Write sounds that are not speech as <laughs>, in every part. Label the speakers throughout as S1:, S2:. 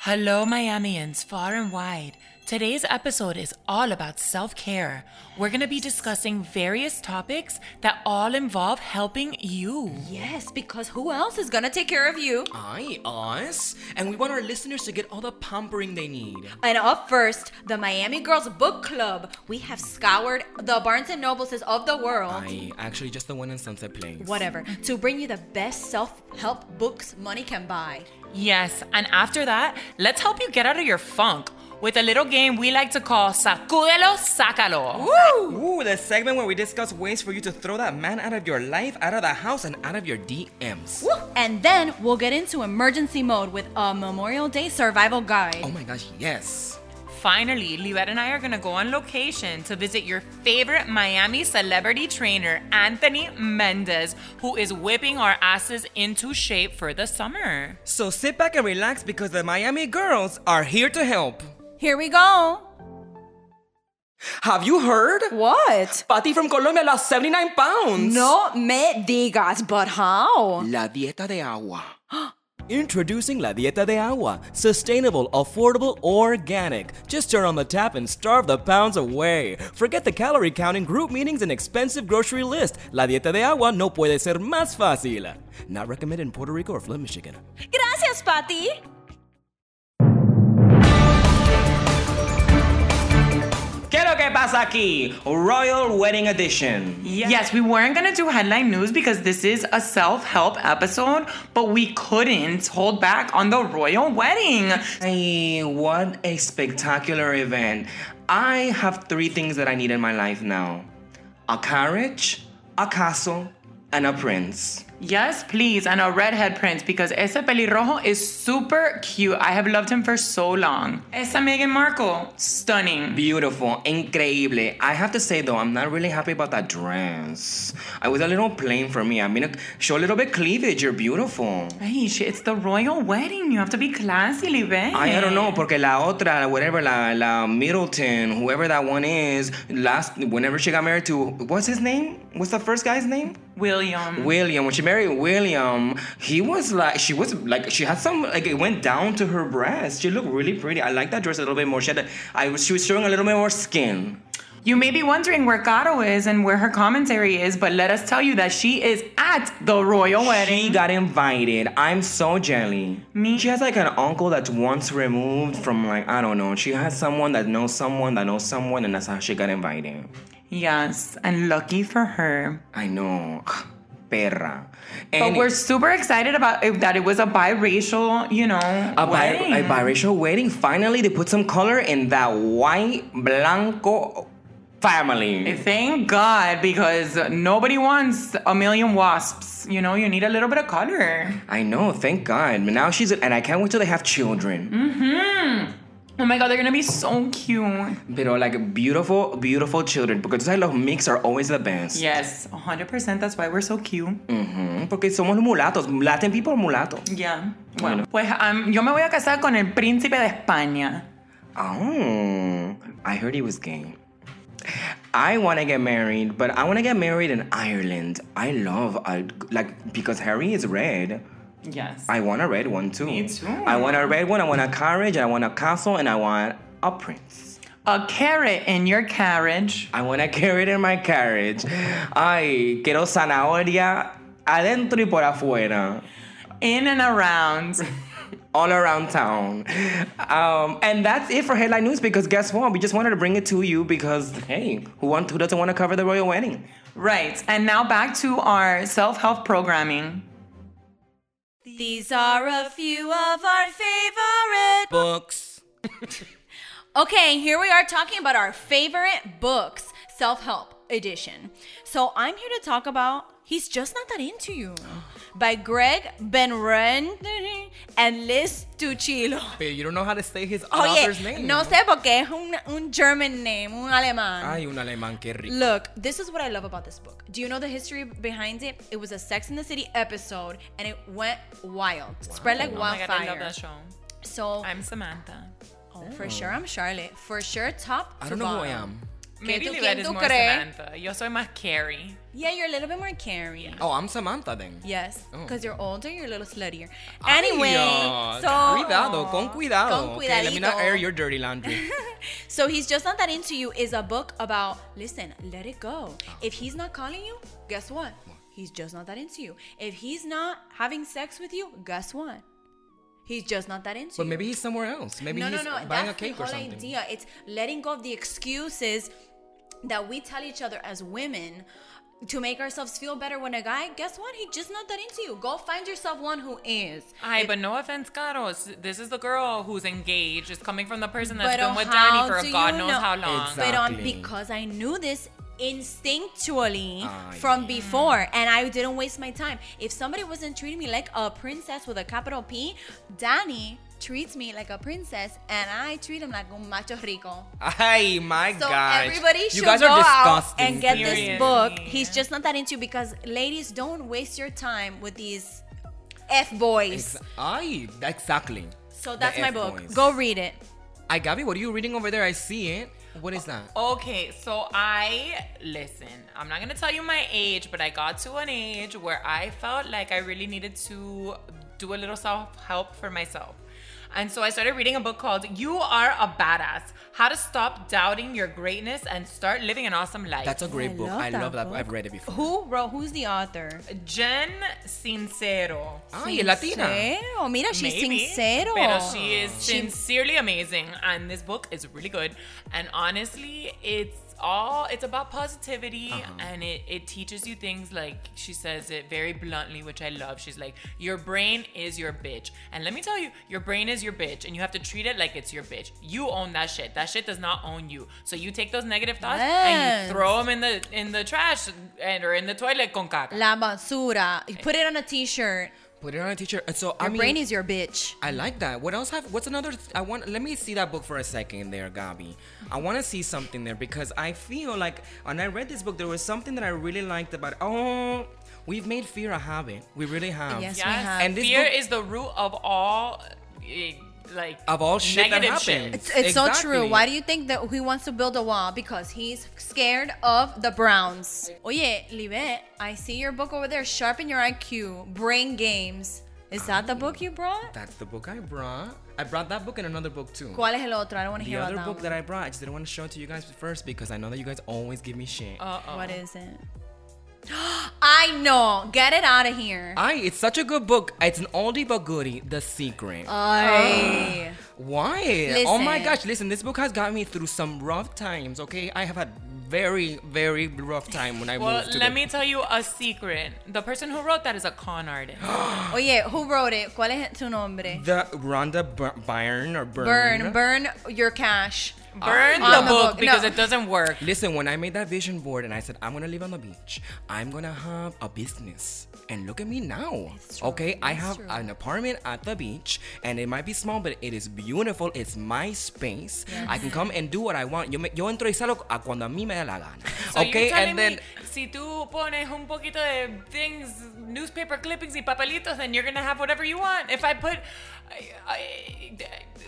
S1: Hello, Miamians, far and wide. Today's episode is all about self care. We're going to be discussing various topics that all involve helping you.
S2: Yes, because who else is gonna take care of you?
S3: I, us, and we want our listeners to get all the pampering they need.
S2: And up first, the Miami Girls Book Club. We have scoured the Barnes and Nobleses of the world.
S3: I actually just the one in Sunset Place.
S2: Whatever, to bring you the best self help books money can buy.
S1: Yes, and after that, let's help you get out of your funk with a little game we like to call Sacúdelo, Sácalo.
S3: Ooh, the segment where we discuss ways for you to throw that man out of your life, out of the house, and out of your DMs.
S2: Woo! And then we'll get into emergency mode with a Memorial Day survival guide.
S3: Oh
S4: Um.
S3: my gosh, yes.
S1: Finally, Livette and I are going to go on location to visit your favorite Miami celebrity trainer, Anthony Mendez, who is whipping our asses into shape for the summer.
S3: So sit back and relax because the Miami girls are here to help.
S2: Here we go.
S3: Have you heard?
S2: What?
S3: Patty from Colombia lost 79 pounds.
S2: No me digas, but how?
S3: La dieta de agua. <gasps> Introducing La Dieta de Agua. Sustainable, affordable, organic. Just turn on the tap and starve the pounds away. Forget the calorie counting, group meetings, and expensive grocery list. La Dieta de Agua no puede ser más fácil. Not recommended in Puerto Rico or Flint, Michigan.
S2: Gracias, Patty.
S4: ¿Qué lo que pasa aquí? Royal Wedding Edition.
S1: Yes. we weren't going to do headline news because this is a self help episode, but we couldn't hold back on the royal wedding.
S4: Ay, what a spectacular event. I have three things that I need in my life now a carriage, a castle, and a prince.
S1: Yes, please, and a redhead prince because ese pelirrojo is super cute. I have loved him for so long. Esa Meghan Markle, stunning.
S4: Beautiful, increíble. I have to say though, I'm not really happy about that dress. It was a little plain for me. I mean, show a little bit cleavage. You're beautiful.
S1: Ay, shit, it's the royal wedding. You have to be classy, Live.
S4: I, I don't know, porque la otra, whatever, la, la Middleton, whoever that one is, last, whenever she got married to, what's his name? What's the first guy's name?
S1: William.
S4: William. When she married William, he was like, she was like, she had some, like, it went down to her breast. She looked really pretty. I like that dress a little bit more. She had, a, I was, she was showing a little bit more skin.
S1: You may be wondering where Caro is and where her commentary is, but let us tell you that she is at the royal
S4: She
S1: wedding.
S4: got invited. I'm so jelly.
S1: Me-
S4: She has like an uncle that's once removed from like I don't know. She has someone that knows someone that knows someone, and that's how she got invited.
S1: yes, and lucky for her.
S4: I know, <sighs> perra.
S1: But
S4: And
S1: we're super excited about it, that it was a biracial, you know,
S4: a, bi-
S1: wedding.
S4: a biracial wedding. Finally, they put some color in that white blanco family.
S1: Thank God, because nobody wants a million wasps. You know, you need a little bit of color.
S4: I know. Thank God. Now she's and I can't wait till they have children.
S1: Oh my God, they're gonna be so cute.
S4: Pero like beautiful, beautiful children. Because I love mix are always the best.
S1: Yes, 100%. That's why we're so cute.
S4: Mm, Porque somos mulatos. Latin people are mulatos.
S1: Yeah. Bueno, pues um, yo me voy a casar con el príncipe de España.
S4: Oh, I heard he was gay. I want to get married, but I want to get married in Ireland. I love, I, like, because Harry is red.
S1: Yes.
S4: I want a red one too.
S1: Me too.
S4: I want a red one, I want a carriage, I want a castle, and I want a prince.
S1: A carrot in your carriage.
S4: I want to <laughs> carry it in my carriage. Ay, quiero zanahoria adentro y por afuera.
S1: In and around.
S4: <laughs> all around town. Um, and that's it for headline news because guess what? We just wanted to bring it to you because hey, who want, who doesn't want to cover the royal wedding?
S1: right. And now back to our self help programming.
S2: These are a few of our favorite
S3: Books.
S2: Okay, here we are talking about our favorite books, self help edition. So I'm here to talk about He's Just Not That Into You by Greg Benren and Liz Tuchilo.
S3: But you don't know how to say his
S2: Oye, Oh, no sé por qué es un, un German name, un alemán.
S3: Ay, un alemán, qué rico.
S2: Look, this is what I love about this book. Do you know the history behind it? It was a Sex in the City episode and it went wild. Spread like
S3: Oh
S2: wildfire.
S1: show.
S2: So,
S1: Samantha.
S2: for sure I'm Charlotte. For sure, top
S3: I
S2: to
S3: don't know who I
S2: bottom.
S3: am.
S2: ¿Qué
S5: Maybe
S2: tú-
S5: Libet
S2: quién
S5: is
S2: tú
S5: more
S2: crees?
S5: Samantha. Yo soy más Carrie.
S2: Yeah, you're a little bit more Carrie.
S4: Oh, I'm Samantha then.
S2: Yes, because you're older, you're a little sluttier.
S4: Oh. Ay,
S2: Anyway,
S4: oh,
S2: so
S4: cuidado, con cuidado.
S2: Con
S4: okay, let me not
S2: cuidadito.
S4: air your dirty laundry.
S2: <laughs> So he's just not that into you is a book about listen, let it go.
S4: Oh.
S2: If he's not calling you, guess what? He's just not that into you. If he's not having sex with you, guess what? He's just not that into
S4: but
S2: you.
S4: maybe he's somewhere else. Maybe
S2: no, no,
S4: he's
S2: no.
S4: buying
S2: That's
S4: a cake
S2: the
S4: or
S2: whole
S4: something.
S2: idea. It's letting go of the excuses that we tell each other as women to make ourselves feel better when a guy, guess what? He's just not that into you. Go find yourself one who is.
S5: Ay, but no offense, Carlos. This is the girl who's engaged. It's coming from the person that's
S2: Pero
S5: been with
S2: uh, how
S5: Danny for
S2: do
S5: God
S2: you
S5: knows
S2: know-
S5: how long.
S4: Exactly.
S2: But on because I knew this instinctually
S4: Ah,
S2: from before and I didn't waste my time. If somebody wasn't treating me like a princess with a capital P, Danny treats me like a princess and I treat him like un macho rico.
S4: Ay, my
S2: So
S4: gosh.
S2: everybody
S4: you
S2: should
S4: guys
S2: go
S4: are
S2: out
S4: disgusting.
S2: and get this
S5: Seriously.
S2: book. He's just not that into because ladies don't waste your time with these F boys.
S4: Ex- Ay, exactly.
S2: So
S4: The
S2: that's my
S4: F
S2: book.
S4: boys.
S2: Go read it.
S4: Ay, Gabby, what are you reading over there? I see it. What is
S2: Oh,
S4: that?
S5: Okay, so I listen. I'm not gonna tell you my age, but I got to an age where I felt like I really needed to do a little self help for myself. And so I started reading a book called You Are a Badass How to Stop Doubting Your Greatness and Start Living an Awesome Life.
S4: That's a great
S2: I
S4: book.
S2: love
S4: I
S2: that
S4: love that.
S2: book.
S4: I've read it before.
S2: Who wrote? Who's the author?
S5: Jen Sincero.
S4: Ay, Latina.
S2: Sincero. Mira, she's
S5: Maybe,
S2: sincero.
S5: Pero she is
S2: She-
S5: sincerely amazing, and this book is really good. And honestly, it's all it's about positivity and it, it teaches you things like she says it very bluntly which i love she's like your brain is your bitch and let me tell you your brain is your bitch and you have to treat it like it's your bitch you own that shit that shit does not own you so you take those negative thoughts
S2: Yes.
S5: and you throw them in the in the trash and or in the toilet con caca
S2: La basura. You Put it on a t-shirt.
S4: Put it on a teacher. So I
S2: Your
S4: mean,
S2: brain is your bitch.
S4: I like that. What else have? What's another? th- I want. Let me see that book for a second, there, Gabi. I want to see something there because I feel like when I read this book, there was something that I really liked about. Oh, we've made fear a habit. We really have.
S2: Yes. we
S5: Yes,
S2: have.
S4: And this
S5: fear
S4: book-
S5: is the root of all, eh, like
S4: Of all shit that
S5: negative
S4: happens.
S2: It's,
S5: shit.
S2: it's so true.
S4: Exactly.
S2: Why do you think that he wants to build a wall? Because he's scared of the Browns. Oye, Libet, I see your book over there. Sharpen your IQ. Brain games. Is that the book you brought?
S4: That's the book I brought. I brought that book and another book too.
S2: ¿Cuál es el otro? I don't want to
S4: The
S2: hear
S4: other
S2: about
S4: book
S2: that.
S4: that I brought, I just didn't want to show it to you guys first because I know that you guys always give me shit.
S5: Uh
S2: one.
S5: oh.
S4: um,
S2: What is it? <gasps> I know. Get it out of here.
S4: I, it's such a good book. It's an oldie but goodie, The Secret.
S2: Ay.
S4: Why? Oh my
S2: Listen.
S4: gosh, listen, this book has got me through some rough times, okay? I have had very, very rough time when I
S5: Well,
S4: moved to
S5: let
S4: the-
S5: me tell you a secret. The person who wrote that is a con artist.
S4: <gasps>
S2: Oye, who wrote it? ¿Cuál es tu nombre?
S4: the Rhonda Bur- Byrne or Byrne.
S2: Burn, burn your cash. On
S5: Burn the,
S2: the
S5: book
S2: book,
S5: because
S2: no.
S5: it doesn't work.
S4: Listen, when I made that vision board and I said, I'm gonna live on the beach, I'm gonna have a business. And look at me now. Okay, I have an apartment at the beach, and it might be small, but it is beautiful. It's my space. I can come and do what I want. Yo, me, yo entro y salgo a cuando a mí me da la gana.
S5: So
S4: okay,
S5: you're telling
S4: and then.
S5: me, si tú pones un poquito de things, newspaper clippings y papelitos, then you're gonna have whatever you want. If I put I, I,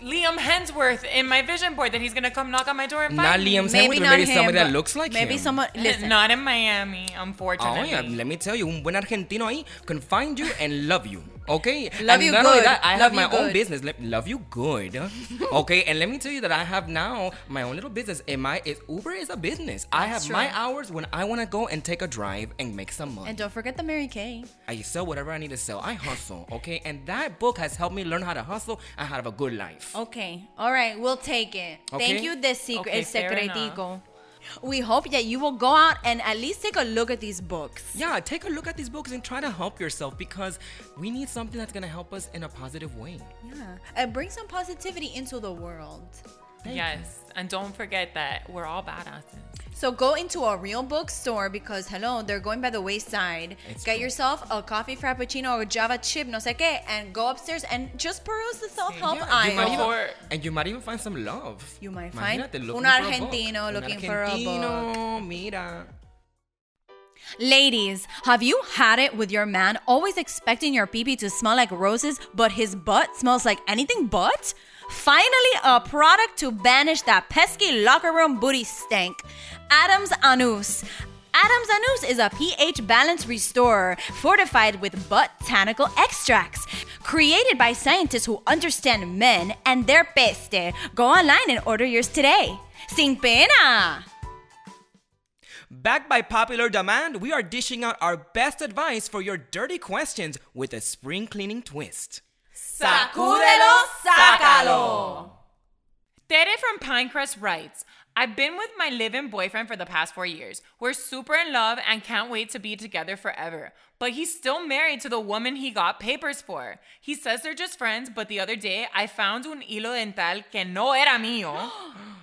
S5: Liam Hensworth in my vision board, then he's gonna come knock on my door and
S4: Not
S5: find
S4: Liam
S5: me.
S4: Hemsworth,
S2: Maybe
S4: but
S2: not
S4: maybe
S2: him.
S4: somebody that
S2: but
S4: looks like
S2: maybe
S4: him. <laughs>
S2: someone. Listen,
S5: Not in Miami,
S4: Oh
S5: unfortunately.
S4: yeah, let me tell you, un buen argentino ahí can find you and love you. Okay,
S2: Love
S4: and
S2: you
S4: not only
S2: good.
S4: that, I
S2: Love
S4: have my
S2: you
S4: own
S2: good.
S4: business. Let, love you good. <laughs> okay, and let me tell you that I have now my own little business. And my is Uber is a business. I have
S2: That's
S4: my
S2: true.
S4: hours when I want to go and take a drive and make some money.
S2: and don't forget the Mary Kay.
S4: I sell whatever I need to sell. I hustle. Okay, and that book has helped me learn how to hustle and how to have a good life.
S2: Oh. Okay. All right. We'll take it. Thank
S4: Okay.
S2: you, the secret,
S5: Okay,
S2: el
S5: fair enough.
S2: secretico. We hope that you will go out and at least take a look at these books.
S4: Yeah, take a look at these books and try to help yourself because we need something that's gonna help us in a positive way.
S2: Yeah. And bring some positivity into the world.
S5: Yes, and don't forget that we're all badasses.
S2: So go into a real bookstore because hello, they're going by the wayside.
S4: It's
S2: Get
S4: true.
S2: yourself a coffee frappuccino or Java chip, no sé qué, and go upstairs and just peruse the self-help
S4: Yeah, you might
S2: aisle.
S4: even-
S5: Or-
S4: and you might even find some love.
S2: You might
S4: Imagínate,
S2: find
S4: looking
S2: un
S4: for a book.
S2: argentino
S4: Un
S2: looking for a
S4: argentino, Mira.
S2: Ladies, have you had it with your man always expecting your pee pee to smell like roses, but his butt smells like anything but? Finally, a product to banish that pesky locker room booty stank. Adam's Anus. Adam's Anus is a pH balance restorer fortified with botanical extracts created by scientists who understand men and their peste. Go online and order yours today. Sin pena!
S4: Backed by popular demand, we are dishing out our best advice for your dirty questions with a spring cleaning twist.
S5: Sacúdelo, sácalo. Tere from Pinecrest writes, I've been with my live in boyfriend for the past four years. We're super in love and can't wait to be together forever. But he's still married to the woman he got papers for. He says they're just friends, but the other day I found un hilo dental que no
S2: <gasps>
S5: era mío.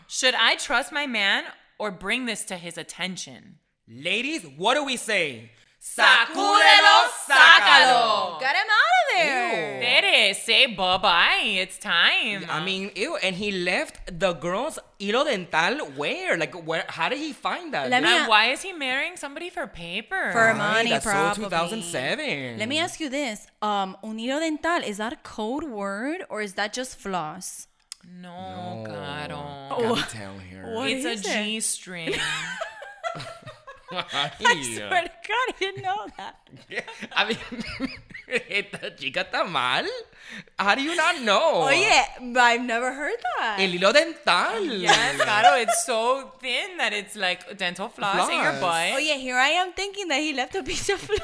S5: Should I trust my man or bring this to his attention?
S4: Ladies, what do we say?
S5: Sacúdelo, sácalo.
S2: Get him out of there!
S4: Ew.
S5: Tere, say bye bye. It's time.
S4: I mean, ew, and he left the girl's hilo dental where? Like, where? How did he find that?
S2: Let me-
S5: And why is he marrying somebody for paper?
S2: For
S4: Right,
S2: money,
S4: that's so
S2: probably.
S4: 2007.
S2: Let me ask you this: um, unido dental is that a code word or is that just floss?
S5: no, God. oh.
S4: Gotta tell
S2: <laughs>
S4: her.
S2: What
S5: it's a
S2: is
S4: <laughs>
S2: it?
S5: G
S2: <laughs>
S5: string.
S2: Swear to God, I didn't know that.
S4: <laughs> I mean, esta chica está mal. How do you not know?
S2: Oh yeah, I've never heard that.
S4: El hilo dental.
S2: <laughs>
S5: yes, claro. It's so thin that it's like dental floss, in your
S4: Floss.
S5: butt.
S2: oh yeah, here I am thinking that he left a piece of <laughs> floss.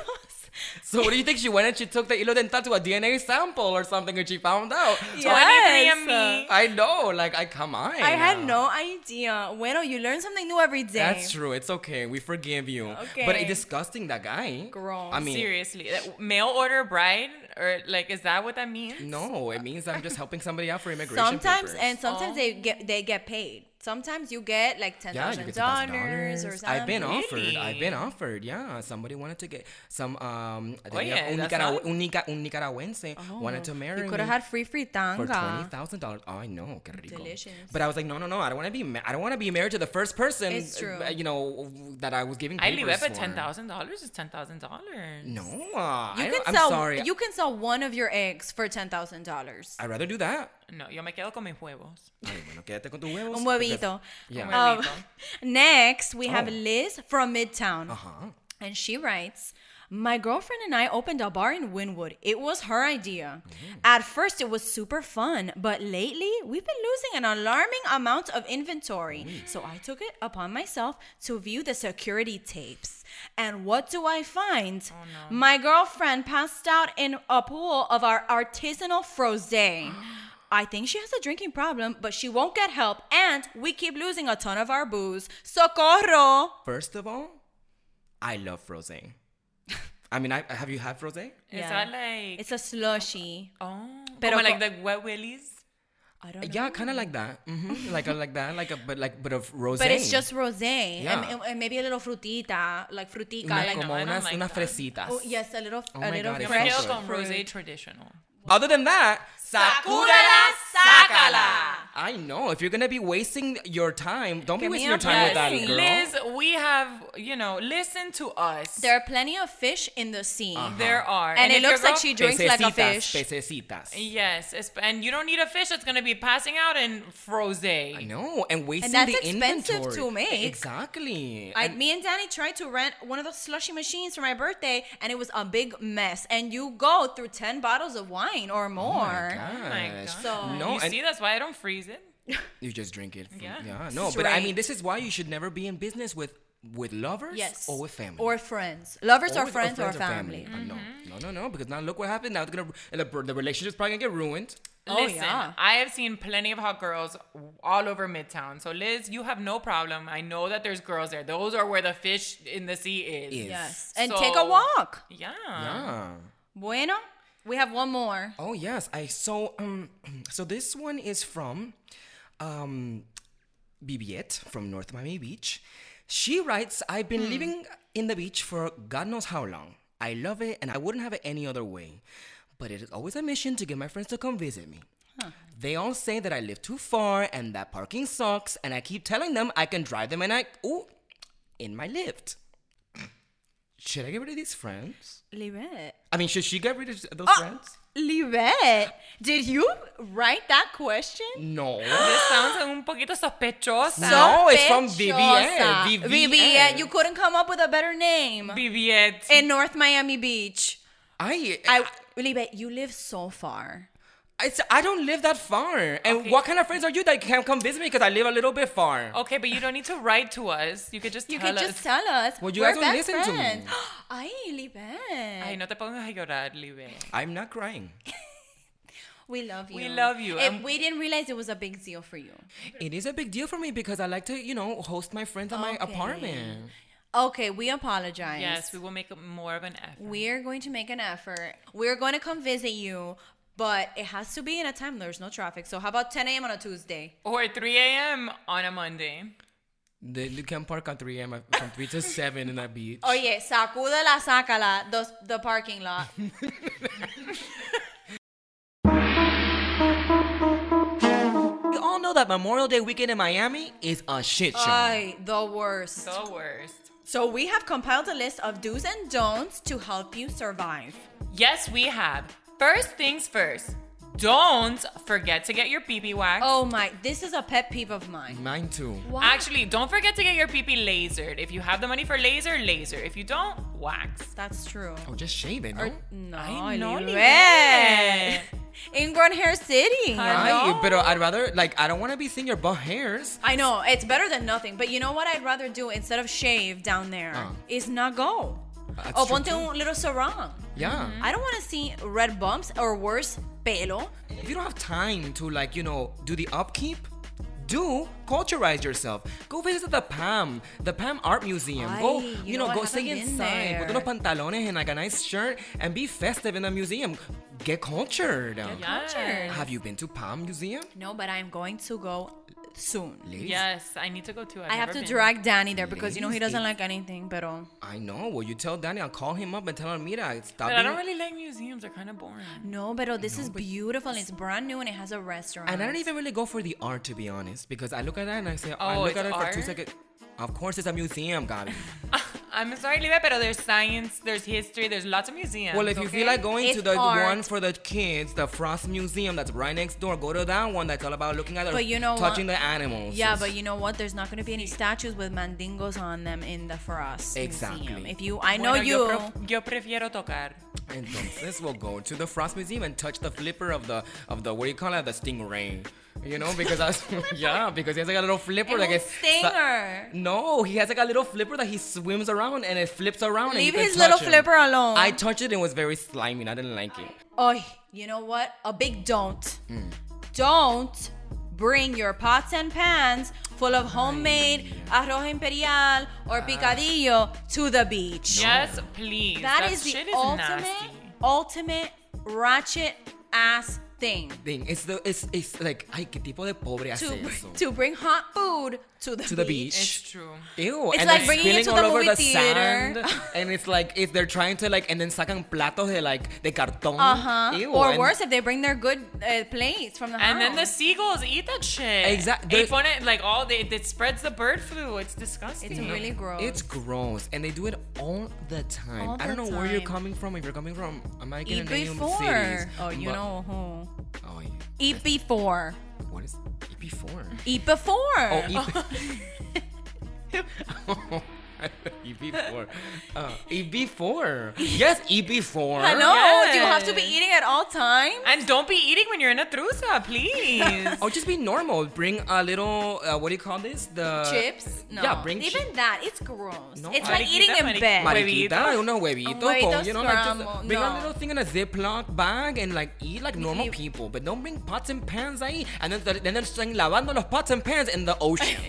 S4: So what do you think? She went and she took the hilo dental to a DNA sample or something, and she found out.
S2: Oh, Uh,
S5: 23andMe.
S4: I know, like, I come on.
S2: I had no idea. Bueno, you learn something new every day.
S4: That's true. It's okay. We forgive you. But
S2: Okay.
S4: it's disgusting that guy.
S2: Gross.
S4: I mean,
S5: Seriously, That- mail order bride or like is that what that means?
S4: no. It means I'm just helping somebody out for immigration.
S2: Sometimes
S4: papers. Oh.
S2: and sometimes they get they get paid. Sometimes you get like ten
S4: yeah, you
S2: thousand
S4: get
S2: dollars
S4: dollars
S2: or something.
S4: I've been
S5: Really?
S4: offered. I've been offered. Yeah, somebody wanted to get some. Um, I think,
S5: Oye,
S4: yeah, un,
S5: that's
S4: Nicaragua-
S5: not-
S4: un, Nica- un Nicaraguense wanted to marry
S2: Oh, You
S4: me
S2: could have had free free tanga.
S4: for twenty thousand dollars. Oh, I know, qué rico.
S2: Delicious.
S4: But I was like, no, no, no. I don't want to be. Ma- I don't want to be married to the first person.
S2: It's true.
S4: uh, You know that I was giving.
S5: I leave
S4: papers
S5: up at
S4: for.
S5: ten thousand dollars is ten thousand dollars.
S4: No, uh,
S2: You
S4: I
S2: can
S4: don't- I'm
S2: sell.
S4: sorry.
S2: You can sell one of your eggs for ten thousand dollars.
S4: I'd rather do
S2: <laughs>
S4: that.
S5: no, yo me quedo con mis huevos.
S4: Ay, bueno, quédate con tus huevos.
S2: Un
S4: because-
S2: huevito.
S4: Yeah.
S5: Un
S2: Um,
S5: huevito.
S2: <laughs> next, we have
S4: Oh.
S2: Liz from Midtown,
S4: Huh?
S2: and she writes. My girlfriend and I opened a bar in Wynwood. It was her idea. At first, it was super fun, but lately, we've been losing an alarming amount of inventory. So I took it upon myself to view the security tapes. And what do I find? My girlfriend passed out in a pool of our artisanal <gasps> frosé. I think she has a drinking problem, but she won't get help, and we keep losing a ton of our booze. Socorro!
S4: First of all, I love frosé. I mean, I, have you had frosé?
S5: Is
S2: Yeah.
S5: that like
S2: It's a slushy.
S5: oh,
S2: Pero
S5: como like
S2: co-
S5: the wet willies?
S2: I don't know.
S4: Yeah, kind of like
S2: <laughs>
S4: that. hmm like a, like that, like a but like but of rosé.
S2: But it's just rosé,
S4: Yeah.
S2: and, and maybe a little frutita, like frutica,
S4: Una,
S2: like
S4: como
S5: I don't
S4: unas,
S5: like
S4: unas
S5: that.
S4: fresitas.
S2: oh, yes, a little,
S4: Oh
S2: a
S4: my
S2: little
S4: God, it
S5: Yo me
S2: fresh.
S5: quedo
S4: sounds
S5: con
S2: fruit.
S5: rosé traditional.
S4: Other than that,
S5: Sacúdela, sácala.
S4: I know. If you're gonna be wasting your time, don't be
S2: Give me
S4: wasting
S2: a
S4: your time with that
S2: break.
S4: girl.
S5: Liz, we have you know, listen to us.
S2: There are plenty of fish in the sea,
S5: There are,
S2: and,
S5: if
S2: it
S5: your
S2: looks like
S5: girl-
S2: she drinks like a
S4: Uh-huh. Pececitas,
S2: fish.
S4: Pececitas.
S5: Yes, it's, and you don't need a fish that's going to be passing out in froze.
S4: I know, and wasting
S2: that's
S4: the
S2: expensive
S4: inventory.
S2: to make.
S4: Exactly.
S2: I,
S4: And-
S2: me and Danny tried to rent one of those slushy machines for my birthday, and it was a big mess. And you go through ten bottles of wine or more.
S4: Oh my gosh.
S2: So-
S4: no,
S5: you
S4: and
S5: see, that's why I don't freeze it.
S4: You just drink it. from-
S5: Yeah.
S4: No, but I
S2: Straight.
S4: mean, this is why you should never be in business with with lovers
S2: Yes.
S4: or Oh, with family. Oh,
S2: Or friends. Lovers
S4: Or
S2: or,
S4: with-
S2: friends or, family. Mm-hmm.
S4: Uh, No, no, no, no. Because now look what happened. Now it's gonna the, the relationship's probably gonna get ruined.
S2: Oh,
S5: Listen,
S2: yeah.
S5: I have seen plenty of hot girls all over Midtown. So, Liz, you have no problem. I know that there's girls there. Those are where the fish in the sea is.
S4: Is.
S2: Yes. And
S5: So-
S2: take a walk.
S5: Yeah.
S4: Ah.
S2: Bueno, we have one more.
S4: Oh yes. I so um <clears throat> so this one is from um Bibiette from North Miami Beach. She writes, I've been living in the beach for God knows how long. I love it and I wouldn't have it any other way. But it is always a mission to get my friends to come visit me. They all say that I live too far and that parking sucks, and I keep telling them I can drive them and I ooh in my lift. Should I get rid of these friends?
S2: Leave it.
S4: I mean, should she get rid of those friends?
S2: Livette, did you write that question?
S4: No.
S5: This sounds un poquito sospechosa.
S4: No, it's from
S2: Sospechosa.
S4: VVN.
S2: VVN, you couldn't come up with a better name.
S5: Viviette.
S2: In North Miami Beach.
S4: I, I,
S2: I, Livette, you live so far.
S4: it's- I don't live that far. And
S5: Okay.
S4: what kind of friends are you that can't come visit me because I live a little bit far?
S5: Okay, but you don't need to write to us. You could just
S2: You
S5: tell
S2: could
S5: us.
S2: just tell us.
S4: Well, you
S2: we're
S4: guys don't
S2: best
S4: listen to me.
S2: friends. <gasps> Ay, Livette.
S5: Ay, no te pongas a llorar, Libe.
S4: I'm not crying.
S2: We love you.
S5: We love you, Um,
S2: It-
S5: and-
S2: we didn't realize it was a big deal for you.
S4: It is a big deal for me because I like to, you know, host my friends at my
S2: Okay.
S4: apartment.
S2: Okay, we apologize.
S5: Yes, we will make more of an effort.
S2: We're going to make an effort. We're going to come visit you, but it has to be in a time there's no traffic. So how about 10 a.m. on a Tuesday?
S5: Or 3 a.m. on a Monday.
S4: The, you can park at 3 a.m. from 3 to 7 in that beach.
S2: Oye, sacúdela, sácala, the, the parking
S5: <laughs>
S2: lot.
S4: We all know that Memorial Day weekend in Miami is a shit show.
S2: Ay, the worst.
S5: The worst.
S2: So we have compiled a list of do's and don'ts to help you survive.
S5: Yes, we have. First things first. Don't forget to get your pee wax.
S2: Oh my, this is a pet peeve of mine.
S4: Mine too.
S2: Why?
S5: Actually, don't forget to get your pee lasered. If you have the money for laser, laser. If you don't, wax.
S2: That's true.
S4: Oh, just shave it, no?
S2: Or- no,
S5: Ay, no,
S2: Lilibet.
S5: Lilibet.
S2: Ingrown hair city.
S5: Ay, no.
S4: but I'd rather, like, I don't want to be seeing your butt hairs.
S2: I know it's better than nothing, but you know what I'd rather do instead of shave down there
S4: Oh.
S2: is not go.
S4: Ah, That's
S2: oh,
S4: true,
S2: ponte
S4: too.
S2: un little sarong.
S4: Yeah.
S2: I don't want to see red bumps or worse, pelo.
S4: If you don't have time to, like, you know, do the upkeep, do culturize yourself. Go visit the PAM, the PAM Art Museum. go,
S2: Ay,
S4: you,
S2: you
S4: know,
S2: know, I
S4: go stay
S2: haven't been
S4: inside with
S2: there.
S4: unos pantalones and, like, a nice shirt and be festive in the museum. Get cultured.
S5: Yes.
S2: Cultured.
S4: Have you been to PAM Museum?
S2: No, but I'm going to go soon.
S4: Ladies,
S5: Yes, I need to go too. I've
S2: I have
S5: never
S2: to
S5: been.
S2: drag Danny there because you know he
S4: Ladies,
S2: doesn't
S4: it-
S2: like anything. Pero
S4: I know. Well, you tell Danny, I'll call him up and tell him, mira, stop
S5: But I
S4: being
S5: don't really like museums. They're kind of boring.
S2: no, pero this is beautiful. and It's brand new and it has a restaurant.
S4: And I don't even really go for the art, to be honest, because I look at that and I say, I
S5: Oh,
S4: look
S5: it's
S4: at it for two
S5: art?
S4: seconds. Of course, it's a museum, Gabi.
S5: I'm sorry, Libe, but there's science, there's history, there's lots of museums.
S4: well, if you
S5: okay?
S4: feel like going
S2: It's
S4: to the
S2: art.
S4: one for the kids, the Frost Museum that's right next door, go to that one that's all about looking at
S2: But you know what?
S4: touching the animals.
S2: Yeah, but you know what? There's not going to be any statues with mandingos on them in the Frost Museum.
S4: Exactly.
S2: If you, I know
S5: Bueno,
S2: you.
S5: Yo, pref- yo prefiero tocar.
S4: <laughs> Entonces, we'll go to the Frost Museum and touch the flipper of the of the what do you call it? The stingray. You know, because that's <laughs> yeah, because he has like a little flipper,
S2: It
S4: like
S2: was
S4: it's
S2: stinger.
S4: No, he has like a little flipper that he swims around and it flips around. and you
S2: Leave
S4: can
S2: his
S4: touch
S2: little
S4: him.
S2: flipper alone.
S4: I touched it and it was very slimy. and I didn't like it.
S2: Oh, you know what? A big don't. Don't bring your pots and pans full of homemade arroz imperial or picadillo to the beach.
S5: Yes, please.
S2: that is the
S5: shit
S2: ultimate,
S5: nasty.
S2: ultimate ratchet ass thing.
S4: Thing. It's the it's it's like ay qué tipo de pobre hace
S2: To,
S4: eso.
S2: to bring hot food to the
S4: To the
S5: It's
S4: beach.
S5: true.
S4: Ew,
S2: It's
S4: and
S2: like
S4: it's
S2: bringing it
S4: spilling
S2: to
S4: all
S2: the
S4: over
S2: movie
S4: the
S2: theater.
S4: sand, and it's like if they're trying to like, and then sacan platos de like de cartón.
S2: Uh huh.
S4: Ew,
S2: Or
S4: and-
S2: worse, if they bring their good uh, plates from the house.
S5: And then the seagulls eat that shit.
S4: Exact-
S5: They
S4: there's-
S5: put it like all. They, it spreads the bird flu. It's disgusting.
S2: It's really gross.
S4: It's gross, and they do it all the time.
S2: All
S4: I don't
S2: the
S4: know where you're
S2: time.
S4: coming from. If you're coming from American
S2: Eat
S4: and Indian
S2: before.
S4: cities,
S2: E Oh, you
S4: but-
S2: know who. E
S4: Oh, yeah.
S2: Eat before.
S4: what is eat
S2: <laughs>
S4: before?
S2: Eat before.
S4: Oh,
S2: <laughs> Oh.
S4: <laughs> eat. EB4. E Uh, EB4. Yes, E EB4.
S2: Hello. Do you have to be
S5: Yes.
S2: eating at all times?
S5: And don't be eating when you're in a trusa,
S2: <laughs>
S5: please.
S4: Oh, just be normal. Bring a little, uh, what do you call this? The
S2: Chips? No.
S4: Uh, Yeah, bring
S2: Even
S4: chips.
S2: that, it's gross.
S4: No,
S2: it's
S4: I-
S2: like eating
S5: Mariquita,
S2: in bed.
S5: Mariquita.
S4: Huevita,
S5: Huevitos?
S4: uno huevito,
S2: Huevitos
S4: con, you know, like
S2: scrambled,
S4: just bring
S2: no.
S4: a little thing in a Ziploc bag and like eat like normal
S2: you-
S4: people, but don't bring pots and pans ahí. And then, then they're saying lavando los pots and pans in the
S2: <laughs>
S4: ocean.
S2: <laughs>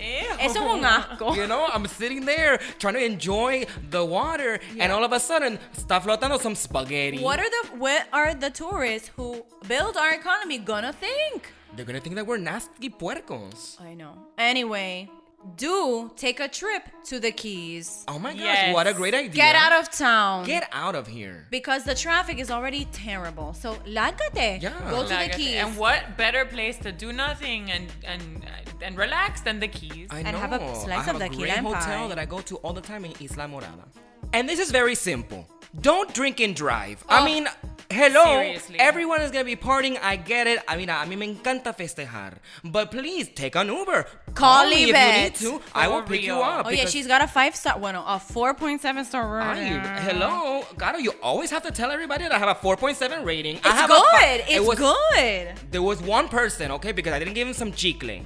S2: Eso es un
S4: <laughs>
S2: asco.
S4: You know, I'm sitting there trying to enjoy the water, and all of a sudden, está flotando some spaghetti.
S2: What are the what are the tourists who build our economy gonna think?
S4: They're gonna think that we're nasty puercos.
S2: I know. Anyway, do take a trip to the Keys.
S4: Oh my gosh,
S5: Yes.
S4: what a great idea.
S2: Get out of town.
S4: Get out of here.
S2: because the traffic is already terrible. So, lágate.
S4: Yeah.
S2: Go to
S5: Like I
S2: the
S5: said,
S2: Keys.
S5: And what better place to do nothing and and and relax than the keys?
S4: I
S2: and have a
S4: know.
S2: slice
S4: I have
S2: of
S4: a
S2: tequila
S4: great
S2: and
S4: hotel
S2: pie.
S4: that I go to all the time in Isla Morada. And this is very simple. Don't drink and drive. I
S5: Oh,
S4: mean, hello.
S5: seriously.
S4: Everyone is gonna be partying. I get it. I mean, a mí me encanta festejar. But please take an Uber.
S2: Call
S4: me
S2: Yvette.
S4: if you need to. I will
S5: For
S4: pick you
S5: real.
S4: up.
S2: Oh yeah,
S4: because
S2: she's got a five star, well, no, a four point seven star
S4: I,
S2: rating.
S4: hello, God, you always have to tell everybody that I have a 4.7 rating. I
S2: It's
S4: have
S2: good.
S4: A fi-
S2: it's
S4: it was,
S2: good.
S4: There was one person, okay, because I didn't give him some chicle.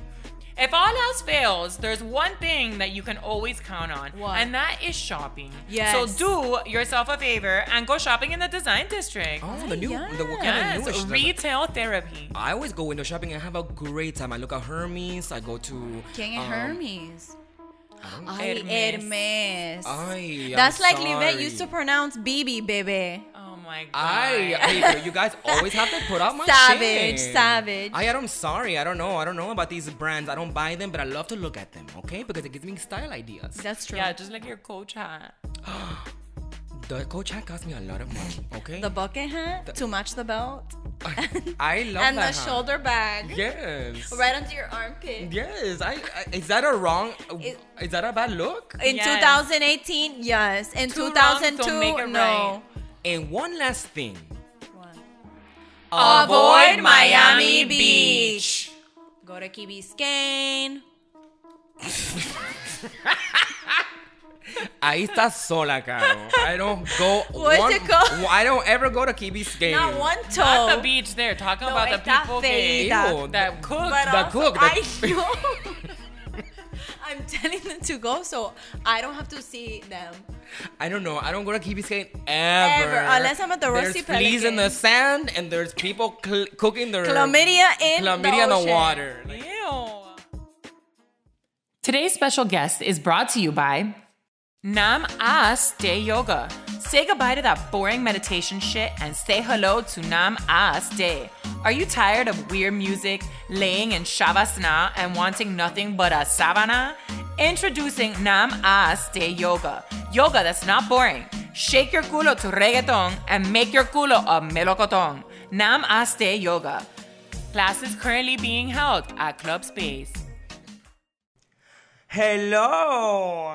S5: If all else fails, there's one thing that you can always count on,
S2: What?
S5: and that is shopping.
S2: Yes.
S5: So do yourself a favor and go shopping in the design district.
S4: Oh, the new, the what kind of
S5: yes,
S4: newish stuff.
S5: retail therapy.
S4: I always go window shopping and have a great time. I look at Hermes. I go to
S2: King and
S4: um,
S2: Hermes. Ay, eh,
S5: Hermes.
S2: Hermes.
S4: Ay, I'm
S2: That's like
S4: sorry.
S2: Livet used to pronounce BB, baby.
S5: Oh my god.
S4: I, I you guys always have to put out my
S2: Savage,
S4: shit.
S2: savage.
S4: I, I'm sorry. I don't know. I don't know about these brands. I don't buy them, but I love to look at them. Okay, because it gives me style ideas.
S2: That's true.
S5: yeah, just like your coach hat.
S4: the coach hat cost me a lot of money. Okay,
S2: the bucket hat to match the belt <laughs>
S4: I love
S2: and the
S4: that hat.
S2: shoulder bag
S4: Yes.
S2: right under your armpit.
S4: Yes. I, I is that a wrong? Is
S2: It-
S4: that a bad look?
S2: In
S5: Yes.
S2: 2018, yes. In
S5: Two wrongs don't
S2: 2002,
S5: make it
S2: no.
S4: And one last thing.
S2: Avoid Miami Beach. Go to Key Biscayne.
S4: Ahí está sola, Caro. I don't go.
S2: What's
S4: one-
S2: it called?
S4: I don't ever go to Key Biscayne.
S2: Not one toe.
S5: Not the beach there. Talking
S2: Oh. No,
S5: about the
S2: está
S5: people
S2: feita.
S5: that,
S4: Ew,
S5: that cook.
S2: But
S4: the
S2: also,
S4: cook, the- <laughs>
S2: I know. I'm telling them to go so I don't have to see them.
S4: I don't know. I don't go to Key Biscayne ever.
S2: Ever, unless I'm at the
S4: There's
S2: Rusty
S4: fleas
S2: Pelican.
S4: in the sand, and there's people cl- cooking their
S2: Chlamydia in
S4: chlamydia
S2: the,
S4: in the
S2: ocean.
S4: water. Like,
S5: Ew. Today's special guest is brought to you by Namaste Yoga. Say goodbye to that boring meditation shit and say hello to Namaste. Are you tired of weird music, laying in shavasana, and wanting nothing but a savana? Introducing Namaste Yoga. Yoga that's not boring. Shake your culo to reggaeton and make your culo a melocotón. Namaste Yoga. Classes currently being held at Club Space.
S1: Hello.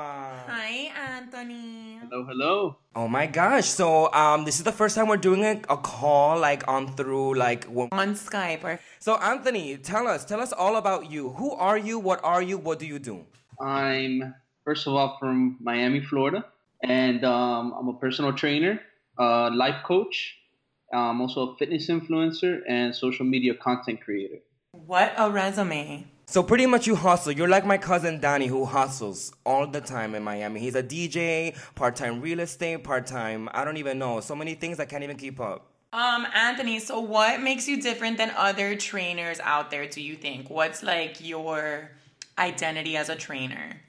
S5: Hi, Anthony.
S6: Hello, hello.
S1: Oh my gosh. So um, this is the first time we're doing a, a call like on through like. one-
S5: On Skype or
S1: So Anthony, tell us, tell us all about you. Who are you? What are you? What do you do?
S6: I'm first of all from Miami, Florida, and um, I'm a personal trainer, uh, life coach. I'm also a fitness influencer and social media content creator.
S5: what a resume.
S1: So pretty much you hustle. You're like my cousin Danny who hustles all the time in Miami. He's a DJ, part-time real estate, part-time. I don't even know. So many things I can't even keep up.
S5: Um, Anthony, so what makes you different than other trainers out there, do you think? What's like your identity as a trainer?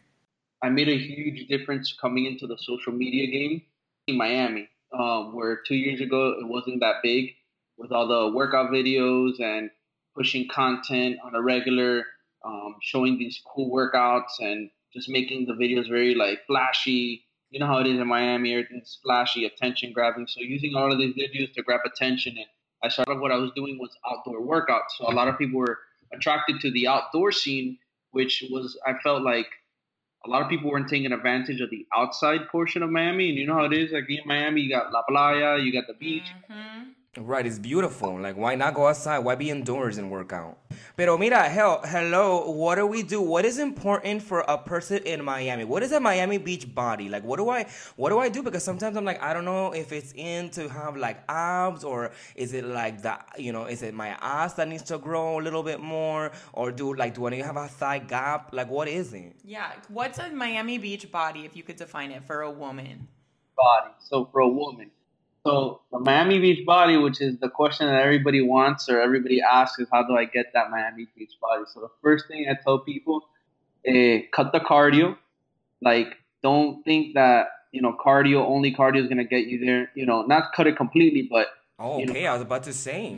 S6: I made a huge difference coming into the social media game in Miami, um, where two years ago it wasn't that big with all the workout videos and pushing content on a regular, um, showing these cool workouts and just making the videos very like flashy. You know how it is in Miami, everything's flashy, attention grabbing. So using all of these videos to grab attention, and I started what I was doing was outdoor workouts. So a lot of people were attracted to the outdoor scene, which was I felt like a lot of people weren't taking advantage of the outside portion of Miami. And you know how it is, like in Miami, you got La Playa, you got the beach.
S1: Right, it's beautiful. Like, why not go outside? Why be indoors and work out? Pero mira, hell, hello, what do we do? What is important for a person in Miami? What is a Miami Beach body? Like, what do I, what do I do? Because sometimes I'm like, I don't know if it's in to have like abs or is it like the, you know, is it my ass that needs to grow a little bit more or do like, do I need to have a thigh gap? Like, what is it?
S5: Yeah, what's a Miami Beach body if you could define it for a woman?
S6: body. So for a woman, so the Miami Beach body, which is the question that everybody wants or everybody asks, is how do I get that Miami Beach body? So the first thing I tell people, eh, cut the cardio. Like, don't think that you know cardio only cardio is gonna get you there. You know, not cut it completely, but
S1: Oh,
S6: You know-
S1: okay, I was about to say.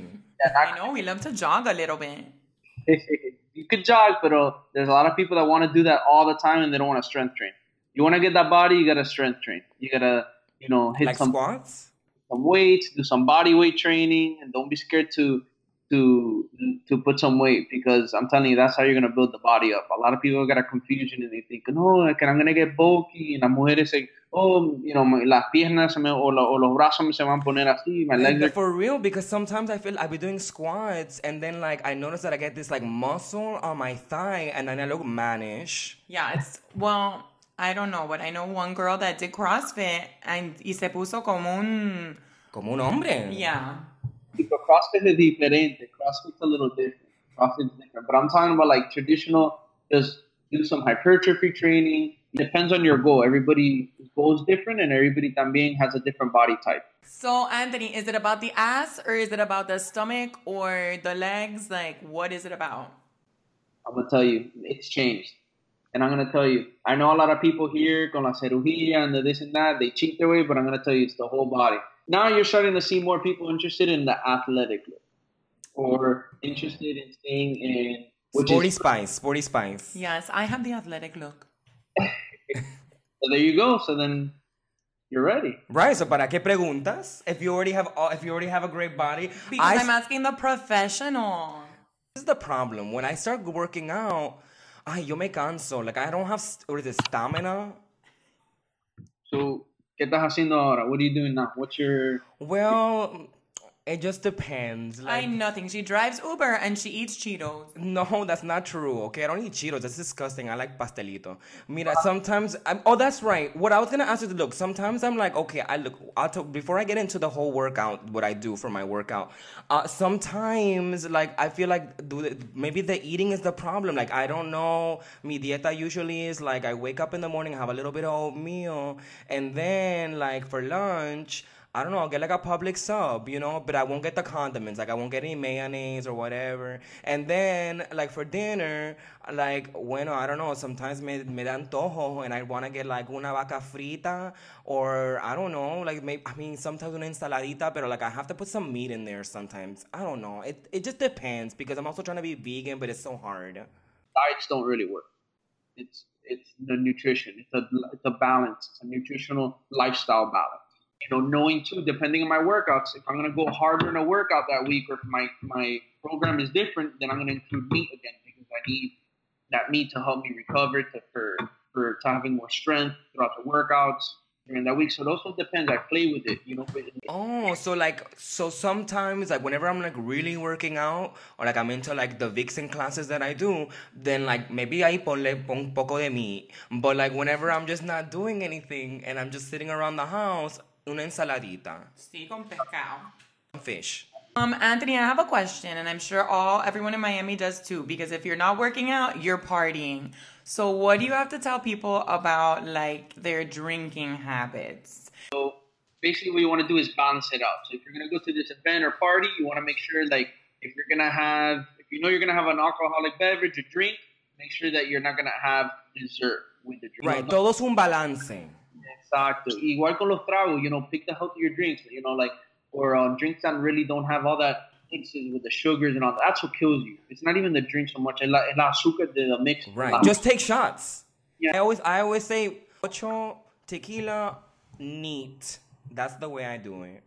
S5: I know we love to jog a little bit.
S6: <laughs> you could jog, but uh, there's a lot of people that want to do that all the time and they don't want to strength train. You want to get that body, you gotta strength train. You gotta, you know, hit
S1: Like
S6: some
S1: squats?
S6: some weights, do some body weight training, and don't be scared to to to put some weight because I'm telling you that's how you're gonna build the body up. A lot of people got a confusion and they think, no, que I'm gonna get bulky, and las mujeres say, oh, you know, my- las piernas se me, o, la, o los brazos me se van a poner así, my legs.
S4: Like,
S6: are-
S4: for real, because sometimes I feel I'll be doing squats and then like I notice that I get this like muscle on my thigh and then I look mannish.
S1: Yeah, it's well, I don't know, but I know one girl that did CrossFit and y se puso como un
S4: Como un hombre.
S1: yeah.
S6: Because CrossFit is diferente. CrossFit's a little different. CrossFit's different. But I'm talking about like traditional, just do some hypertrophy training. depends on your goal. Everybody's goal is different, and everybody también has a different body type.
S1: So Anthony, is it about the ass or is it about the stomach or the legs? Like, what is it about?
S6: I'm gonna tell you, it's changed. And I'm gonna tell you, I know a lot of people here con la cirugía and the this and that, they cheat their way, but I'm gonna tell you, it's the whole body. Now you're starting to see more people interested in the athletic look, or interested in staying in which
S4: sporty
S6: is
S4: spice, sporty spice.
S1: Yes, I have the athletic look.
S6: so there you go. So then you're ready.
S4: Right, so para qué preguntas? If you already have all, if you already have a great body,
S1: Because
S4: I-
S1: I'm asking the professional.
S4: This is the problem. When I start working out, ay, yo me canso. Like I don't have st- what is it, stamina.
S6: So ¿qué estás haciendo ahora? What are you doing now? What's your
S4: Well, it just depends. Like
S1: I nothing. She drives Uber and she eats Cheetos.
S4: No, <laughs> that's not true. Okay, I don't eat Cheetos. That's disgusting. I like pastelito. Mira, sometimes I'm. Oh, that's right. What I was gonna ask you to look. Sometimes I'm like, okay, I look. I'll talk before I get into the whole workout. What I do for my workout. Uh, sometimes like I feel like do the, maybe the eating is the problem. Like I don't know. Mi dieta usually is like I wake up in the morning, have a little bit of oatmeal, and then like for lunch. I don't know, I'll get like a public sub, you know, but I won't get the condiments. Like, I won't get any mayonnaise or whatever. And then, like, for dinner, like, bueno, I don't know, sometimes me, me dan tojo and I want to get like una vaca frita or I don't know, like, maybe, I mean, sometimes una ensaladita, but like, I have to put some meat in there sometimes. I don't know. It, it just depends because I'm also trying to be vegan, but it's so hard.
S6: diets don't really work. It's it's the nutrition. It's a it's a balance. It's a nutritional lifestyle balance. You know, knowing too, depending on my workouts, if I'm gonna go harder in a workout that week, or if my my program is different, then I'm gonna include meat again because I need that meat to help me recover to for for to having more strength throughout the workouts during that week. So it also depends. I play with it. You know, but
S4: Oh, so like, so sometimes, like, whenever I'm like really working out, or like I'm into like the vixen classes that I do, then like maybe ahí ponle un poco de meat. But like, whenever I'm just not doing anything and I'm just sitting around the house, una ensaladita,
S1: Sí, con pescado.
S4: fish.
S1: Um, Anthony, I have a question, and I'm sure all everyone in Miami does too. Because if you're not working out, you're partying. So, what do you have to tell people about like their drinking habits?
S6: basically what you want to do is balance it out. So if you're gonna go to this event or party, you want to make sure like if you're gonna have if you know you're gonna have an alcoholic beverage or drink, make sure that you're not gonna have dessert with the drink.
S4: Right, todo es un balance.
S6: Exacto. Igual con los tragos, you know, pick the healthier drinks, you know, like or uh, drinks that really don't have all that mixes with the sugars and all. That. That's what kills you. It's not even the drink so much. El, el azúcar de the mix.
S4: Right, just take shots.
S6: Yeah.
S4: I always, I always say ocho tequila neat. That's the way I do it.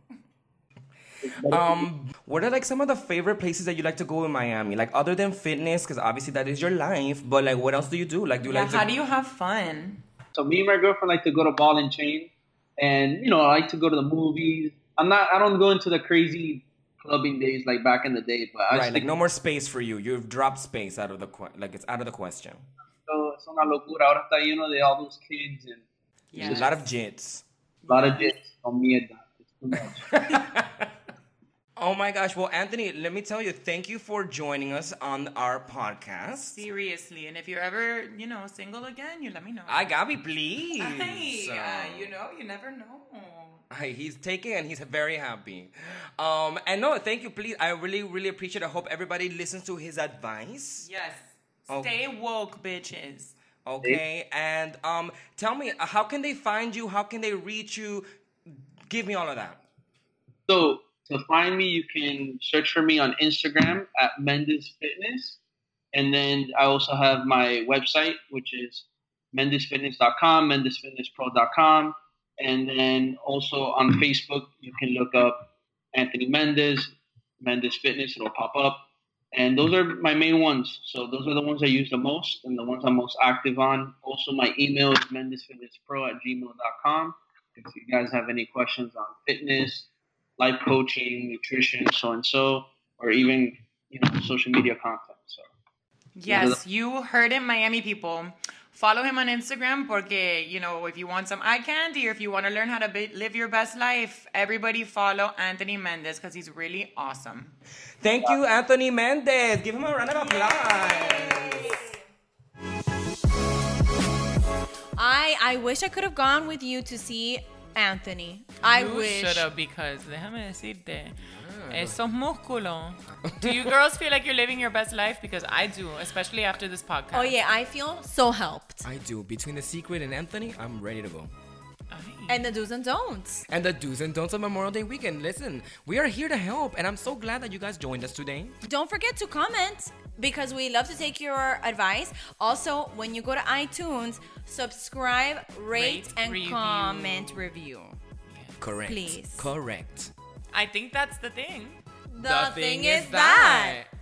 S4: Um, what are like some of the favorite places that you like to go in Miami? Like other than fitness, because obviously that is your life. But like, what else do you do? Like, do you
S1: Yeah,
S4: like? to-
S1: how do you have fun?
S6: So me and my girlfriend like to go to Ball and Chain, and you know I like to go to the movies. I'm not. I don't go into the crazy clubbing days like back in the day, but I
S4: right, like
S6: think
S4: no more space for you. You've dropped space out of the que- like it's out of the question.
S6: no. it's una locura. Ahora está lleno de all those kids and
S4: There's a lot of jits.
S6: a lot of jets. No mierda. It's too much.
S4: Oh my gosh! Well, Anthony, let me tell you, thank you for joining us on our podcast.
S1: Seriously, and if you're ever you know single again, you let me know.
S4: I Gabby, please.
S1: Hey, uh,
S4: Um,
S1: you know, you never know.
S4: Hi, He's taking and he's very happy. Um, and no, thank you, please. I really, really appreciate it. I hope everybody listens to his advice.
S1: Yes,
S4: Oh.
S1: stay woke, bitches.
S4: Okay. And um, tell me, uh, how can they find you? How can they reach you? Give me all of that.
S6: so to find me, you can search for me on Instagram at Mendes Fitness, and then I also have my website, which is mendesfitness.com, mendesfitnesspro.com, and then also on Facebook, you can look up Anthony Mendez, Mendes Fitness, it'll pop up. And those are my main ones. So those are the ones I use the most and the ones I'm most active on. Also, my email is mendesfitnesspro at gmail.com. If you guys have any questions on fitness, life coaching, nutrition, so and so, or even you know social media content. So
S1: Yes, you heard it, Miami people. Follow him on Instagram porque, you know, if you want some eye candy or if you want to learn how to be- live your best life, everybody follow Anthony Mendez because he's really awesome.
S4: Thank you, Anthony Mendez. Give him a round of applause.
S2: I I wish I could have gone with you to see Anthony. I
S1: you
S2: wish.
S1: should have because déjame decirte, esos músculos. Do you girls feel like you're living your best life? Because I do, especially after this podcast.
S2: Oh yeah, I feel so helped.
S4: I do. Between the secret and Anthony, I'm ready to go.
S1: Ay.
S2: And the do's and don'ts.
S4: And the do's and don'ts of Memorial Day weekend. Listen, we are here to help, and I'm so glad that you guys joined us today.
S2: Don't forget to comment because we love to take your advice. Also, when you go to iTunes, subscribe, rate,
S1: Rate,
S2: and
S1: review.
S2: comment review.
S4: Correct.
S2: Please.
S4: Correct.
S1: I think that's the thing.
S2: The, thing, is that.